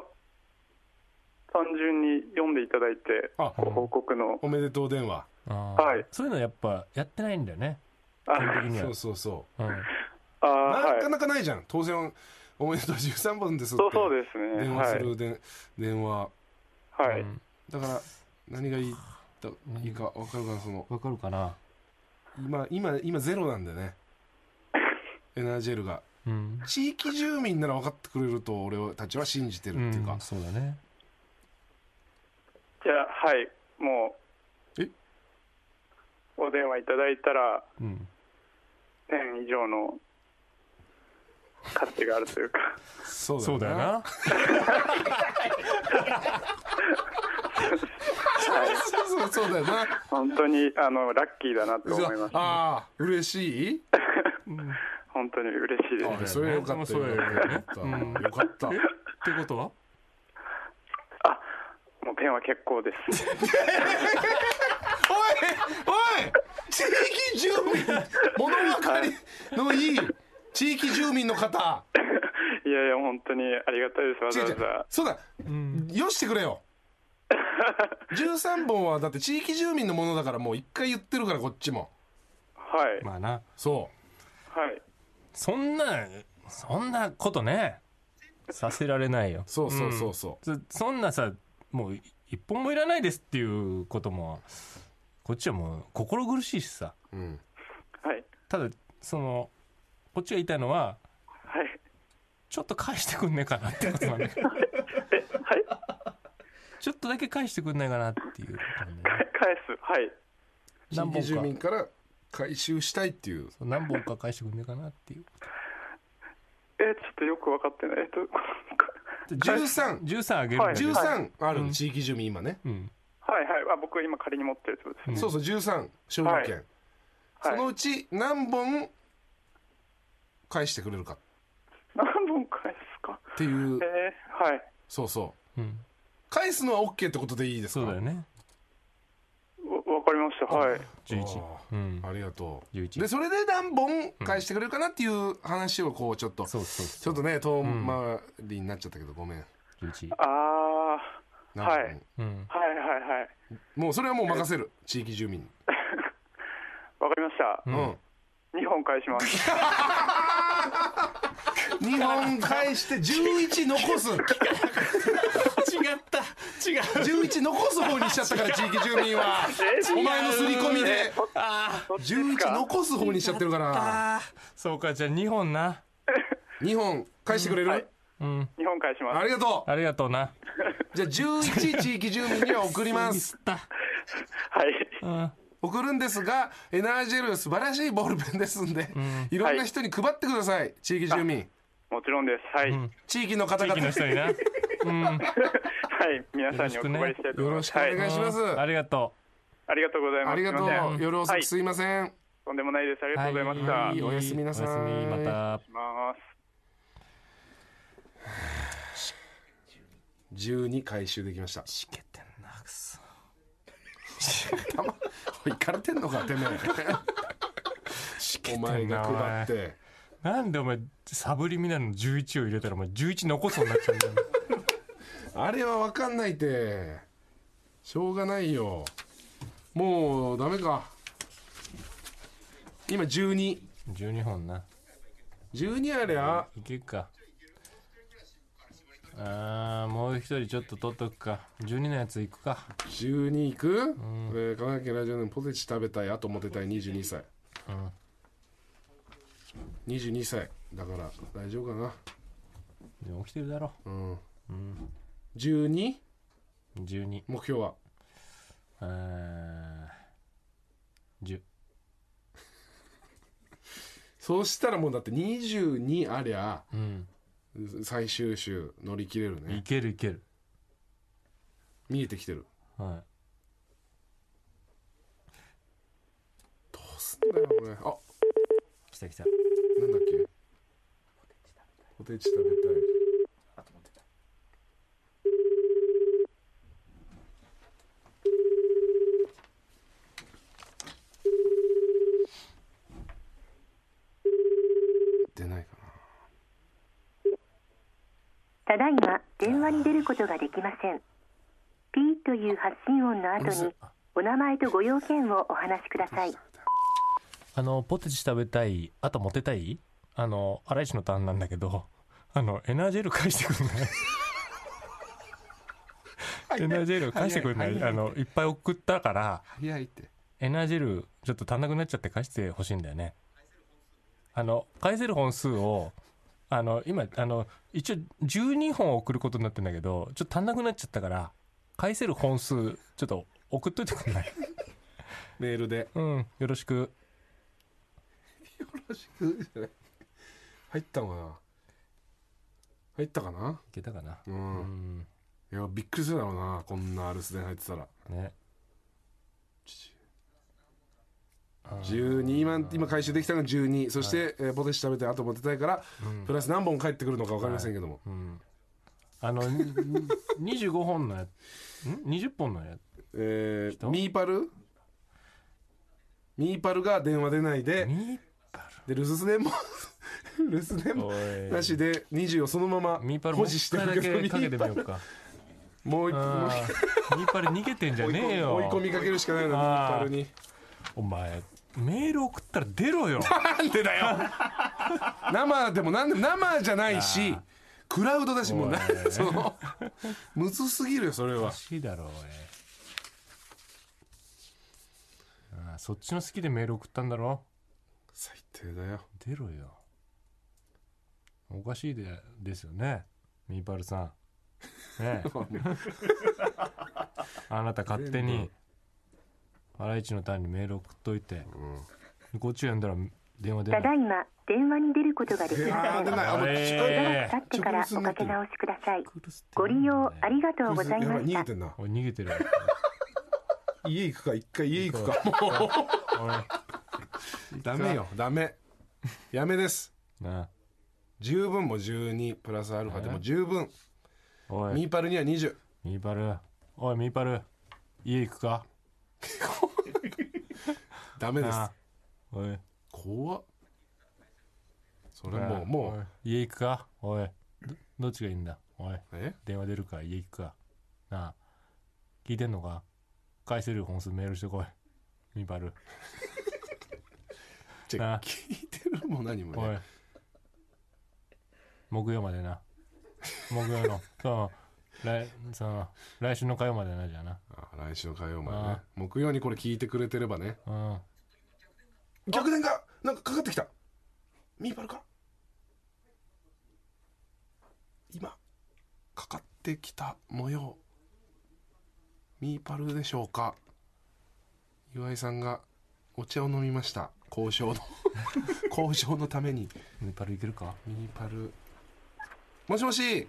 Speaker 4: 単純に読んでいただいて、
Speaker 2: あ
Speaker 4: ご報告の。
Speaker 2: おめでとう電話
Speaker 1: あー
Speaker 4: はい
Speaker 1: そういうのやっぱやってないんだよね
Speaker 4: あ、
Speaker 1: 基本的には
Speaker 2: そうそうそ
Speaker 1: うん
Speaker 4: あ
Speaker 2: うな
Speaker 4: はい
Speaker 2: か。なかないじゃん当選おめでとう13本ですって
Speaker 4: そうそうですね。
Speaker 2: 電
Speaker 4: は
Speaker 2: 話す
Speaker 4: い。
Speaker 2: るで、電話
Speaker 4: は
Speaker 1: う
Speaker 4: い。
Speaker 1: ん
Speaker 2: だから何がいいだいいか分かるかなその
Speaker 1: わかるかな
Speaker 2: 今今今ゼロなんでねエナージェルが
Speaker 1: うん、
Speaker 2: 地域住民なら分かってくれると俺たちは信じてるっていうか、
Speaker 1: うんそうだね
Speaker 4: じゃあ、はい。もう、
Speaker 2: え
Speaker 4: お電話いただいたら、
Speaker 1: うん
Speaker 4: 年以上の価値があるというか、
Speaker 2: そうだ
Speaker 1: そうだよな
Speaker 2: そうそうそうだよな
Speaker 4: 本当に、あの、ラッキーだなと思います。
Speaker 2: ああ嬉しい
Speaker 4: 本当に嬉しいで
Speaker 2: あ
Speaker 4: す。
Speaker 2: それよかった
Speaker 1: そうだよね
Speaker 2: よかったよかっ
Speaker 1: ってことは
Speaker 4: もうペンは結構 です。
Speaker 2: たおいおい地域住民物分かりのいい地域住民の方
Speaker 4: いやいや、本当にありがたいです。わ
Speaker 2: 違
Speaker 4: ざ
Speaker 2: う
Speaker 4: わ
Speaker 2: 違う
Speaker 4: ざ。
Speaker 2: そうだ、よしてくれよ13本はだって地域住民のものだからもう一回言ってるからこっちも
Speaker 4: はい。
Speaker 1: まあな
Speaker 2: そ
Speaker 4: はい。
Speaker 1: そんなそんなことねさせられないよ
Speaker 2: うそうそうそうそう、
Speaker 1: そそんなさもうい一本もいらないですっていうこともこっちはもう心苦しいしさ
Speaker 2: うん、
Speaker 4: はい。
Speaker 1: ただそのこっちが言いたいのは
Speaker 4: はい。
Speaker 1: ちょっと返してくんねえかなってことなんだよ
Speaker 4: はい。
Speaker 1: ちょっとだけ返してくんないかなっていうことなんだよね
Speaker 4: 返す。はい。
Speaker 2: 地域住民から回収したいっていう
Speaker 1: そう何本か返してくんねえかなっていう
Speaker 4: えーちょっとよく分かってない。えっ と、
Speaker 2: 1313
Speaker 1: 13あげるんだけど、
Speaker 4: はい
Speaker 2: あるの地域住民今ね、
Speaker 1: うん
Speaker 4: はいはい。あ僕今仮に持ってるってことですね。
Speaker 2: そうそう13商品券、
Speaker 4: はい
Speaker 2: そのうち何本返してくれるか
Speaker 4: 何本返すか。
Speaker 2: っていう
Speaker 4: えー、はい。
Speaker 2: そうそう
Speaker 1: うん、
Speaker 2: 返すのは OK ってことでいいです
Speaker 1: そ
Speaker 2: か
Speaker 1: うだよね
Speaker 4: わわかりました。はい。
Speaker 1: 11
Speaker 2: あ
Speaker 1: うん
Speaker 2: ーありがとう
Speaker 1: 11
Speaker 2: でそれで何本返してくれるかなっていう話をこうちょっと、
Speaker 1: そうそう
Speaker 2: ち
Speaker 1: そ
Speaker 2: ょ
Speaker 1: う
Speaker 2: っとね遠回りになっちゃったけどごめん
Speaker 1: 11
Speaker 4: ああ
Speaker 2: 何本
Speaker 4: はい
Speaker 1: うん
Speaker 4: ー、はいはいはい。
Speaker 2: もうそれはもう任 せる地域住民に
Speaker 4: わかりました。
Speaker 2: うん、
Speaker 4: 2本返します。
Speaker 2: 2本返して11残 す
Speaker 1: 違った違う
Speaker 2: 11残す方にしちゃったから地域住民 はお前の刷り込みで
Speaker 1: あ
Speaker 4: どっちです
Speaker 2: 11
Speaker 4: か
Speaker 2: 残す方にしちゃってるから
Speaker 1: あそうかじゃあ2本な
Speaker 2: 2本返してくれる、
Speaker 4: はい
Speaker 1: うん
Speaker 4: 2本返します。
Speaker 2: ありがと
Speaker 1: ありがとうな
Speaker 2: うじゃあ11地域住民には送りま
Speaker 1: ミ
Speaker 2: す
Speaker 1: スった
Speaker 4: はい。
Speaker 1: うん
Speaker 2: 送るんですがエナージェル素晴らしいボールペンですんで、いろんな人に配ってください地域住民
Speaker 4: もちろんです。はい。はい。
Speaker 2: 地域の方
Speaker 1: 地
Speaker 2: 々
Speaker 1: 域の
Speaker 2: よ
Speaker 1: 人になよ
Speaker 4: 皆さんにお配りしたいと思い
Speaker 2: ろ
Speaker 4: ま
Speaker 2: し
Speaker 4: す。
Speaker 2: くお
Speaker 4: はい。
Speaker 2: 願いします、
Speaker 1: ありがと
Speaker 4: ありがとうございます。
Speaker 2: ありがと
Speaker 4: すいません
Speaker 2: う夜遅くすいません、
Speaker 4: とんでもないです。あり
Speaker 1: う
Speaker 4: がとうございました。
Speaker 1: は
Speaker 2: おやすみなさい
Speaker 1: おやすみまた
Speaker 4: します。
Speaker 2: 12回収できました
Speaker 1: しけてんなくそ
Speaker 2: たま、おい、行かれてんのか、てめえ。お前が配って。
Speaker 1: なんでお前サブリミナルの11を入れたらお前11残そうになっちゃうんだよ
Speaker 2: あれは分かんないって。しょうがないよ。もう、ダメか。今、12。
Speaker 1: 12本な
Speaker 2: 12ありゃ、
Speaker 1: いけるかあーもう一人ちょっと取っとくか12のやついくか
Speaker 2: 12いく、えー、神奈川県ラジオネームポテチ食べたい、あとモテたい、22歳。
Speaker 1: うん
Speaker 2: 22歳。だから、大丈夫かな。
Speaker 1: でも起きてるだろ
Speaker 2: うん。12?
Speaker 1: 12
Speaker 2: 目標は。
Speaker 1: あー10
Speaker 2: そうしたらもうだって22ありゃ、
Speaker 1: うん
Speaker 2: 最終週乗り切れる
Speaker 1: い
Speaker 2: ね。
Speaker 1: けるいける
Speaker 2: 見えてきてる。
Speaker 1: は
Speaker 2: だよ俺あ
Speaker 1: い来た来た
Speaker 2: なんだっけポテチ食べたい出ないかな
Speaker 3: ただいま電話に出ることができませんピーという発信音の後にお名前とご用件をお話しください
Speaker 1: あのポテチ食べたいあとモテたいあの荒石のターンなんだけどあのエナジェル返してくんないエナジェル返してくんないあのいっぱい送ったから
Speaker 2: 早いって
Speaker 1: エナジェルちょっと足んなくなっちゃって返してほしいんだよねあの返せる本数をあの今あの一応12本送ることになってんだけどちょっと足んなくなっちゃったから返せる本数ちょっと送っといてくんない
Speaker 2: メールで
Speaker 1: う
Speaker 2: よ
Speaker 1: んよろしく
Speaker 2: ろしくじゃない入ったのかな入ったかない
Speaker 1: けたかな
Speaker 2: う、
Speaker 1: うんん
Speaker 2: いやびっくりするだろうなこんなアルスで入ってたら
Speaker 1: ね
Speaker 2: 12今今回収できたのが12そして、えーポテチ食べてあとモテたいから、プラス何本返ってくるのか分かりませんけども、
Speaker 1: あの、に25本のやつ、ん ?20 本のや
Speaker 2: えーミーパルミーパルが電話出ないで
Speaker 1: ミー
Speaker 2: で留守電も 留守電もなしで20をそのまま
Speaker 1: ミーパルも
Speaker 2: 保
Speaker 1: う
Speaker 2: 持
Speaker 1: 一
Speaker 2: して
Speaker 1: 回だ
Speaker 2: るけど
Speaker 1: けかけてみよ
Speaker 2: ミー
Speaker 1: うか。
Speaker 2: パルもう一もう
Speaker 1: あーミーパル逃げてんじゃ
Speaker 2: 一
Speaker 1: ねえよ。
Speaker 2: 追い込みかけるしかないのミ
Speaker 1: あー
Speaker 2: ーパルに
Speaker 1: お前、メール送ったら出ろよ。
Speaker 2: なんでだよ生でもなんでも生じゃないしクラウドだしもうなそのむずすぎるよそれ
Speaker 1: おか
Speaker 2: は
Speaker 1: しいだろ、おいあーそっちの好きでメール送ったんだろ
Speaker 2: 最低だよ
Speaker 1: 出ろよ。おかしいでですよね、ミーパルさん。 ねえ。あなた勝手に、ハライチのターンにメール送っといて、こっち呼んだら電話出な
Speaker 3: た
Speaker 1: い
Speaker 3: だいま電話に出ることができ
Speaker 2: あ
Speaker 3: ませ
Speaker 2: ー
Speaker 3: ん
Speaker 2: 出ないあもう
Speaker 1: え
Speaker 2: ち
Speaker 1: ー
Speaker 2: ょ
Speaker 3: しばらく経ってからおかけ直しくださいご利用ありがとうござい
Speaker 2: やば
Speaker 3: ま
Speaker 2: い
Speaker 3: し
Speaker 2: 逃
Speaker 3: た
Speaker 2: げてんな
Speaker 1: 俺逃げてる
Speaker 2: 家行くか一回家行くかも
Speaker 1: 俺
Speaker 2: うダメよダメやめです
Speaker 1: なあ
Speaker 2: 十分も12プラスアルファでも十分
Speaker 1: おい
Speaker 2: ミーパルには20
Speaker 1: ミーパルおいミーパル家行くか
Speaker 2: ダメです
Speaker 1: なあおい
Speaker 2: 怖っそれもうもう
Speaker 1: う家行くかおいどどっちがいいんだおい
Speaker 2: え
Speaker 1: 電話出るか家行くかなあ聞いてんのか返せる本数メールしてこいミーパル
Speaker 2: じ
Speaker 1: な
Speaker 2: ゃ
Speaker 1: あ
Speaker 2: 聞いてるも何も
Speaker 1: お
Speaker 2: ね
Speaker 1: い木曜までな木曜のその来その来週の火曜までなじゃあな
Speaker 2: あ来週の火曜まで
Speaker 1: あ
Speaker 2: ね
Speaker 1: あ
Speaker 2: 木曜にこれ聞いてくれてればね
Speaker 1: うん
Speaker 2: 逆転がなんかかかってきたミーパルか今かかってきた模様ミーパルでしょうか岩井さんがお茶を飲みました交 渉の交渉のために
Speaker 1: ミーパル行けるか
Speaker 2: ミーパルもしもし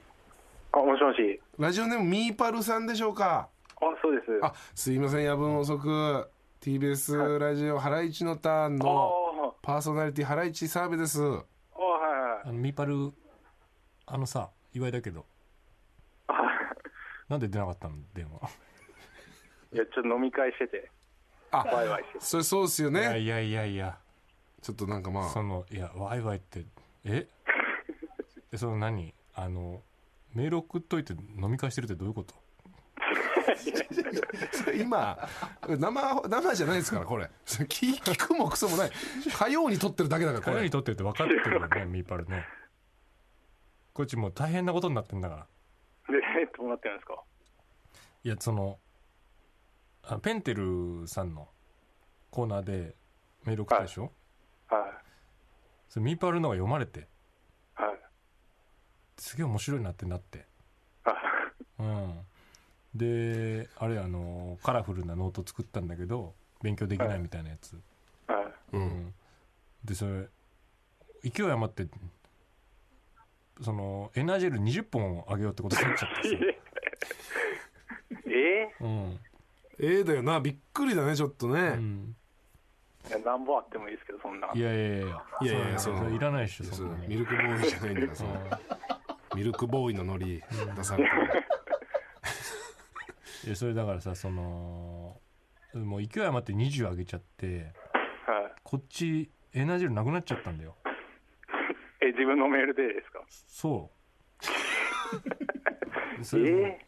Speaker 4: あもしもし
Speaker 2: ラジオネームミーパルさんでしょうか
Speaker 4: あそうです
Speaker 2: あすいません夜分遅く TBS ラジオハライチのターン
Speaker 4: ああ
Speaker 2: のパーソナリティハライチ澤部です
Speaker 4: あはい
Speaker 1: あのミーパルあのさ祝いだけど
Speaker 4: はい
Speaker 1: なんで出なかったの電話
Speaker 4: いやちょっと飲み会して て
Speaker 2: あ
Speaker 4: ワイワイして
Speaker 2: それそうですよ
Speaker 1: いや
Speaker 2: ね
Speaker 1: いやいやいや
Speaker 2: ちょっとなんかま
Speaker 1: そ
Speaker 2: あ
Speaker 1: のいやワイワイってえ えその何あのメール送っといて飲み会してるってどういうこと
Speaker 2: 今生生じゃないですからこれそれ聞 聞くもクソもない火曜に撮ってるだけだからこ
Speaker 1: 彼
Speaker 2: れ
Speaker 1: にとってるって分かってるよね ミーパルねこっちもう大変なことになってんだから
Speaker 4: でえどうなってるんですか
Speaker 1: いやそのあペンテルさんのコーナーでメール送ったでしょ、
Speaker 4: は
Speaker 1: それミーパルのが読まれて
Speaker 4: いはい
Speaker 1: すげえ面白いなってなって
Speaker 4: あ
Speaker 1: うんであれあのカラフルなノート作ったんだけど勉強できないみたいなやつ、
Speaker 4: は い
Speaker 2: うん
Speaker 1: でそれ勢い余ってそのエナジェル20本あげようってことになっちゃってさ、
Speaker 4: え
Speaker 1: うん
Speaker 2: ええだよなびっくりだねちょっとね、
Speaker 1: うん、
Speaker 4: ー、いや何本あってもいいですけどそんない
Speaker 1: やいやいや
Speaker 2: いやいやいや
Speaker 1: そ
Speaker 2: そ
Speaker 1: れ
Speaker 2: の
Speaker 1: それいらないでしょ
Speaker 2: そ
Speaker 1: そ
Speaker 2: うん
Speaker 1: なの
Speaker 2: ミルクボーイじゃないんだからそのミルクボーイのノリ出されてる
Speaker 1: いやそれだからさそのもう勢い余って20上げちゃって
Speaker 4: はい
Speaker 1: こっちエナジェルなくなっちゃったんだよ
Speaker 4: え自分のメールでですか
Speaker 1: そう そ
Speaker 4: え
Speaker 1: れも
Speaker 4: え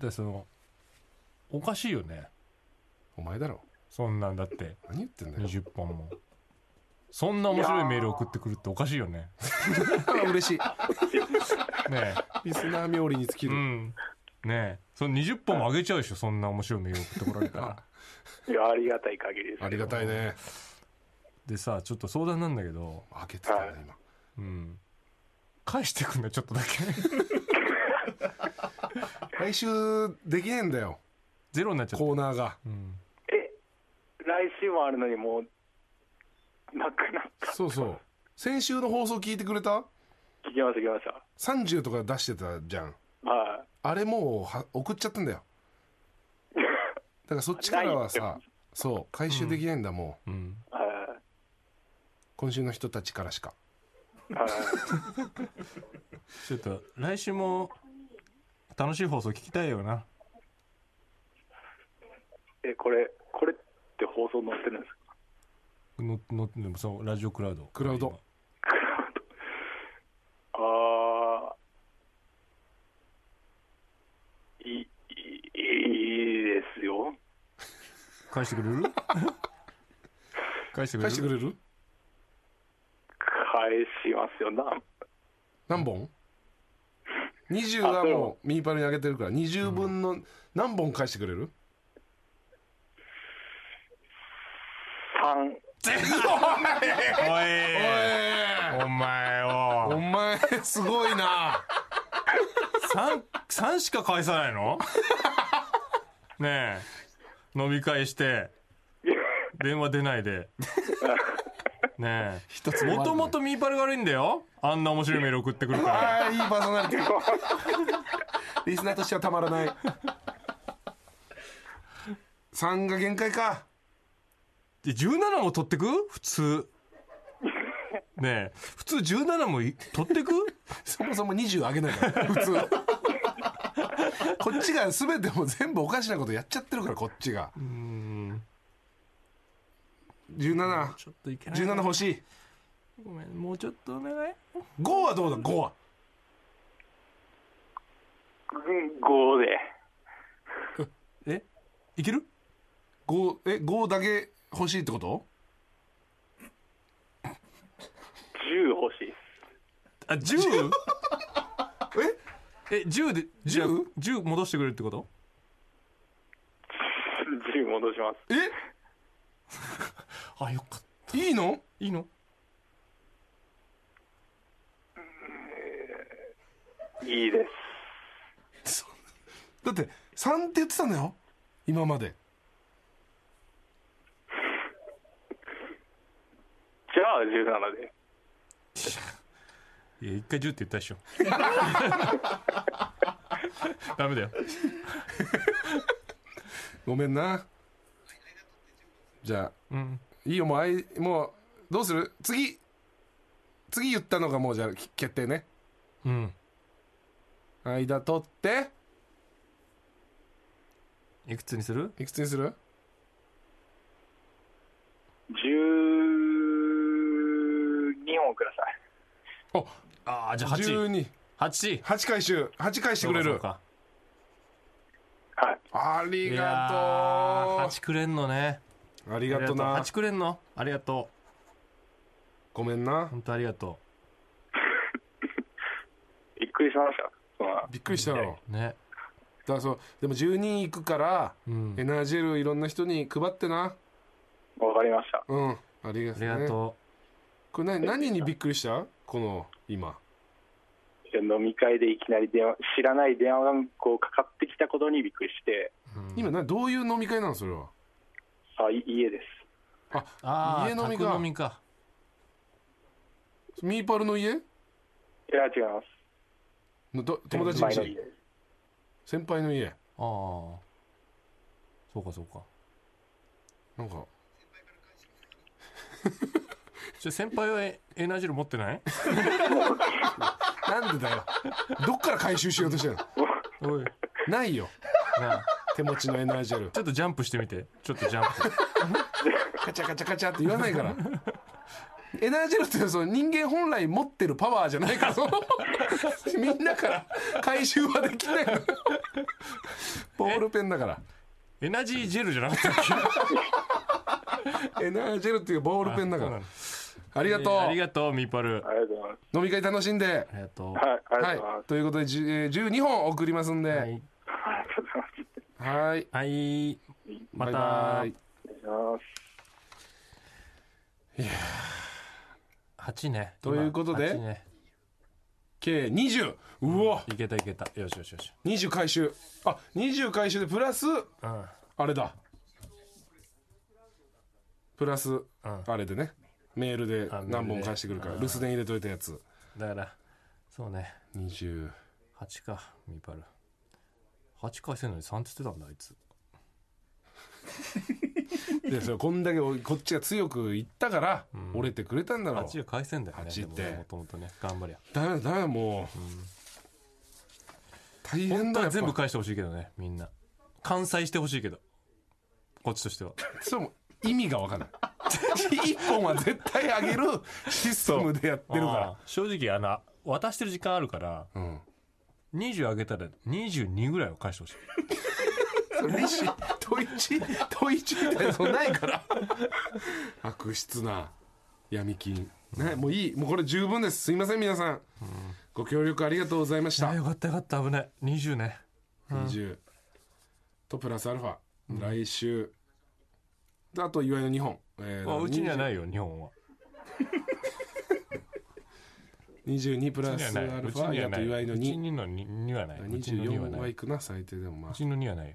Speaker 1: でそのおかしいよね
Speaker 2: お前だろ
Speaker 1: そんなんだって
Speaker 2: 何言ってんだよ
Speaker 1: 20本もそんな面白いメール送ってくるっておかしいよね
Speaker 2: 嬉しい
Speaker 1: ね
Speaker 2: リスナー冥利に尽き
Speaker 1: え
Speaker 2: る、
Speaker 1: うんねえその20本も上げちゃうでしょそんな面白いメール送ってこられた ら
Speaker 4: いやありがたい限りです
Speaker 2: ありがたいね
Speaker 1: でさちょっと相談なんだけど
Speaker 2: 開けてたね今
Speaker 1: うん返してくんだよちょっとだけ
Speaker 2: 来週できねえんだよ
Speaker 1: ゼロになっちゃった。
Speaker 2: コーナーが
Speaker 1: うん。
Speaker 4: 来週もあるのにもうなくなっ
Speaker 2: そうそう先週の放送聞いてくれた
Speaker 4: 聞きました聞きまし
Speaker 2: 30とか出してたじゃん
Speaker 4: たは
Speaker 2: あれもうは送っちゃったんだよだからそっちからは
Speaker 4: ないっ
Speaker 2: さそう回収できないんだ、もう
Speaker 1: うん。
Speaker 4: いは
Speaker 2: 今週の人たちからしか
Speaker 4: いはい
Speaker 1: ちょっと、来週も、楽しい放送聞きたいよな。
Speaker 4: えこれこれって放送載ってるんですか
Speaker 1: の、の、でもそう、ラジオクラウド。
Speaker 2: クラウド。
Speaker 4: あーいいいいですよ
Speaker 1: 返してくれ る返してくれる
Speaker 2: 返してくれる
Speaker 4: 返しますよな
Speaker 2: 何本 ?20 はもうミニパルにあげてるから20分の何本返してくれる、
Speaker 4: 3
Speaker 1: おいお前
Speaker 2: お
Speaker 1: よ。
Speaker 2: 前すごいな
Speaker 1: 三、三しか返さないのねえ。飲み会して、電話出ないで。ね
Speaker 2: 一つ
Speaker 1: え。
Speaker 2: も
Speaker 1: もともとミーパルが悪いんだよ。あんな面白いメール送ってくるから。
Speaker 2: ああいいパーソナリティリスナーとしてはたまらない3が限界か
Speaker 1: で、17も取ってく普通。ねえ。普通17もい取ってく
Speaker 2: そもそも20上げないから普通こっちが全てもう全部おかしなことやっちゃってるからこっちが
Speaker 1: うん。
Speaker 2: 1717
Speaker 1: ちょっといけない。
Speaker 2: 欲しい
Speaker 1: ごめん、もうちょっとお願い。
Speaker 2: 5はどうだ5は
Speaker 4: 5で。
Speaker 1: えいける
Speaker 2: 5え5だけ欲しいってこと
Speaker 4: 10欲しいっ
Speaker 1: あ、10?
Speaker 2: え
Speaker 1: え、10で、10? 10戻してくれるってこと
Speaker 4: す。10戻します。
Speaker 2: え
Speaker 1: あ、よかっ
Speaker 2: いいの
Speaker 1: た。いいの
Speaker 4: いいです。
Speaker 2: だって3って言ってたんだよ今まで
Speaker 4: じゃあ17で。
Speaker 1: いや、一回10って言った でしょ。ダメだよ。
Speaker 2: ごめんなじゃあ
Speaker 1: うん。
Speaker 2: いいよもうあいもうどうする次次言ったのがもうじゃあき決定ね
Speaker 1: うん。
Speaker 2: 間取って
Speaker 1: いくつにする
Speaker 2: いくつにする
Speaker 4: 12本ください。
Speaker 2: お
Speaker 1: ああ、じゃあ8。
Speaker 2: 12
Speaker 1: 8。
Speaker 2: 8回収8回してくれ
Speaker 1: そう
Speaker 2: る
Speaker 1: か
Speaker 4: はい。
Speaker 2: あ
Speaker 1: い
Speaker 2: り
Speaker 1: や
Speaker 2: が
Speaker 1: 8くれんのね。
Speaker 2: とうあり
Speaker 1: あ
Speaker 2: がとうな
Speaker 1: 8くれんのありがとう。
Speaker 2: ごめんな
Speaker 1: 本当ありがと
Speaker 4: びっくりしました。そんな
Speaker 2: びっくりしたよ
Speaker 1: う。ね。
Speaker 2: だからそうでも10人行くから
Speaker 1: うん。
Speaker 2: エナージェルいろんな人に配ってな
Speaker 4: わかりました。
Speaker 2: うんありが
Speaker 1: あ
Speaker 2: と
Speaker 1: り
Speaker 2: う、ね、
Speaker 1: がと
Speaker 2: これ何何にびっくりしたこの今
Speaker 4: 飲み会でいきなり電話知らない電話番号かかってきたことにびっくりして、
Speaker 1: う。うん
Speaker 2: 今何どういう飲み会なのそれは
Speaker 4: あい家です。
Speaker 1: ああ、
Speaker 2: 家飲みか
Speaker 1: 宅飲みか。
Speaker 2: ミーパルの家
Speaker 4: いや違います。
Speaker 2: のど友達の
Speaker 4: 前の家
Speaker 2: 家
Speaker 4: です。
Speaker 2: 先輩の家
Speaker 1: ああ。そうかそうか。
Speaker 2: なんか
Speaker 1: じゃあ先輩はエエナジル持ってない
Speaker 2: なんでだよどっから回収しようとしてるの
Speaker 1: おい。
Speaker 2: ないよ
Speaker 1: なあ
Speaker 2: 手持ちのエナージェル
Speaker 1: ちょっとジャンプしてみて。ちょっとジャン プ。
Speaker 2: カチャカチャカチャって言わないからエナージェルってその人間本来持ってるパワーじゃないからそのみんなから回収はできないのボールペンだから
Speaker 1: エナジージェルじゃなかったっけ
Speaker 2: エナージェルっていうボールペンだか
Speaker 1: そうな
Speaker 2: ら
Speaker 1: の
Speaker 2: ありがとう、
Speaker 1: えーありがとう、ミーパル。
Speaker 4: ありがとうございます。
Speaker 2: 飲み会楽しんで
Speaker 1: ありがとう。
Speaker 4: はい、ありが
Speaker 2: は
Speaker 4: と
Speaker 2: いう
Speaker 4: ご ざいます。
Speaker 2: ということでじゅえー12本送りますんでは
Speaker 1: はいい。
Speaker 4: ありがとうございます。
Speaker 2: はい
Speaker 1: はい。ま
Speaker 2: バイ
Speaker 1: た。
Speaker 2: バイ
Speaker 4: お願いします。
Speaker 1: 8ね。
Speaker 2: ということで
Speaker 1: 今8ね、
Speaker 2: 計20うわ
Speaker 1: いけたいけた。よしよしよし。
Speaker 2: 20回収あ20回収でプラス
Speaker 1: うん。
Speaker 2: あれだプラス
Speaker 1: ん
Speaker 2: あれでねメールで
Speaker 1: あメールで
Speaker 2: 何本返してくるから留守電入れといたやつ
Speaker 1: だから、そうね。
Speaker 2: 20
Speaker 1: 8か、ミーパル。8回せんのに3って言ってたんだ、あいつ。
Speaker 2: でそれこんだけおこっちが強く言ったから折れてくれたんだろう
Speaker 1: 8が返せんだよね。
Speaker 2: 8って
Speaker 1: でももともとね、頑張りゃ。
Speaker 2: ダメだダメだもう大変
Speaker 1: 本当
Speaker 2: だや
Speaker 1: は
Speaker 2: っぱ
Speaker 1: 全部返してほしいけどね、みんな。完済してほしいけど。こっちとしては。
Speaker 2: それも意味がわかんない 一本は絶対あげるシステムでやってるか
Speaker 1: あー正直、あの、渡してる時間あるから、
Speaker 2: らうん
Speaker 1: 20上げたら22ぐらいは返してほしい。
Speaker 2: それ利子トイチトイチみたいなのないから悪質な闇金ねもういいもうこれ十分ですすいません皆さん、ご協力ありがとうございまし
Speaker 1: あ
Speaker 2: た
Speaker 1: ー、よかったよかった、危ない。20ね。
Speaker 2: 20とプラスアルファ、来週であと岩井の2本、えー
Speaker 1: あうちにはないいよ、日本は。
Speaker 2: 22プ
Speaker 1: う
Speaker 2: ラ
Speaker 1: ち
Speaker 2: ス
Speaker 1: に
Speaker 2: ア
Speaker 1: はない。
Speaker 2: ル
Speaker 1: うち
Speaker 2: ファ
Speaker 1: には
Speaker 2: や
Speaker 1: な
Speaker 2: と
Speaker 1: い。
Speaker 2: 岩井の
Speaker 1: うち
Speaker 2: 2
Speaker 1: にのににはない。うちのには
Speaker 2: 24
Speaker 1: な。
Speaker 2: はいいくな最低でもま
Speaker 1: う
Speaker 2: あ
Speaker 1: ちのにはないよ。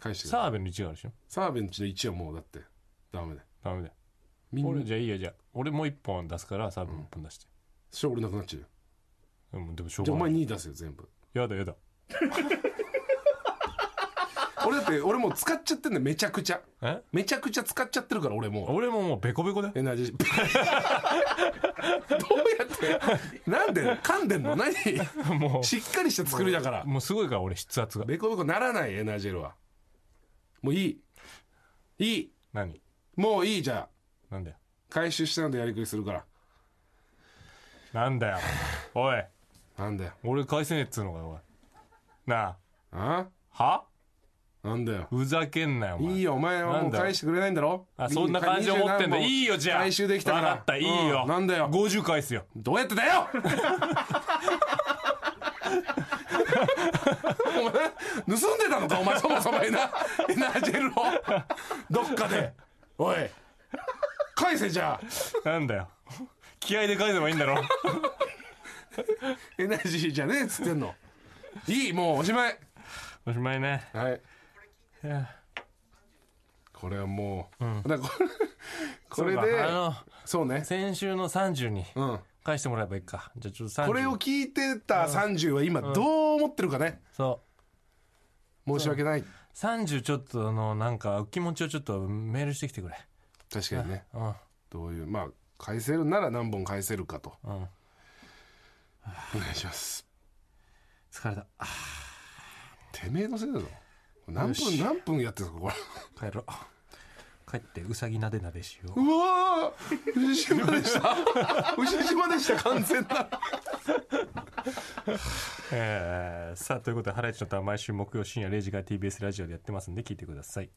Speaker 2: 返してくれ
Speaker 1: 澤部の1があるでしょ。
Speaker 2: 澤部んちの1はもうだってダメだよ
Speaker 1: ダメだよ
Speaker 2: みん
Speaker 1: 俺
Speaker 2: な
Speaker 1: じゃあいいよじゃあ俺もう1本出すからさ1本出して、
Speaker 2: そしたら俺なくなっちゃうよ
Speaker 1: うん、でもしょう
Speaker 2: じゃあお
Speaker 1: がな
Speaker 2: 前
Speaker 1: い
Speaker 2: 2出せよ全部
Speaker 1: やだやだ
Speaker 2: 俺だって俺もう使っちゃってんだよめちゃくちゃ
Speaker 1: え
Speaker 2: めちゃくちゃ使っちゃってるから俺もう
Speaker 1: 俺ももうベコベコだよ
Speaker 2: エ ナジーどうやってなんで噛んでんの何
Speaker 1: も
Speaker 2: しっかりした作りだから
Speaker 1: うもうすごいから俺筆圧が
Speaker 2: ベコベコならないエナジェルはもういいいい
Speaker 1: 何
Speaker 2: もういいじゃあ
Speaker 1: なんだよ
Speaker 2: 回収したのでやりくりするから
Speaker 1: なんだよおい
Speaker 2: なんだよ
Speaker 1: 俺返せねえっつうのかよおいな
Speaker 2: あ
Speaker 1: あは
Speaker 2: なんだよ
Speaker 1: ふざけんなよお前
Speaker 2: いいよお前は
Speaker 1: な
Speaker 2: も
Speaker 1: ん
Speaker 2: う
Speaker 1: だよ
Speaker 2: 返してくれないんだろ
Speaker 1: あそんな感じ思ってんだいいよじゃあ
Speaker 2: 回収できたから
Speaker 1: 分かったいいよ、
Speaker 2: うんなんだよ
Speaker 1: 50返すよ
Speaker 2: どうやってだよ お前盗んでたのかお前そもそもエナエナジェルをどっかでおい返せじゃあ
Speaker 1: なんだよ気合で返せばいいんだろ
Speaker 2: エナジーじゃねえっつってんのいいもうおしまい
Speaker 1: おしまいね
Speaker 2: はい
Speaker 1: いや
Speaker 2: これはもう、だからこれこれ
Speaker 1: そう
Speaker 2: で
Speaker 1: かあ
Speaker 2: そうね
Speaker 1: の先週の30に
Speaker 2: うん
Speaker 1: 返してもらえばいいかじゃあちょっと30
Speaker 2: これを聞いてた30は今どう思ってるかね
Speaker 1: そう
Speaker 2: 申し訳ない
Speaker 1: 30ちょっとあのなんか気持ちをちょっとメールしてきてくれ
Speaker 2: 確かにね
Speaker 1: うん
Speaker 2: どういうまあ返せるなら何本返せるかと
Speaker 1: うん
Speaker 2: お願いします
Speaker 1: 疲れたあ
Speaker 2: てめえのせいだぞ
Speaker 1: よ
Speaker 2: 何分
Speaker 1: し
Speaker 2: 何分やってるんですかこ
Speaker 1: 帰ろう帰ってうさぎなでなでしよう
Speaker 2: れうわー牛島 でした牛島でした完全な
Speaker 1: えーさあということで「ハライチのターン」毎週木曜深夜0時から TBS ラジオでやってますんで聞いてください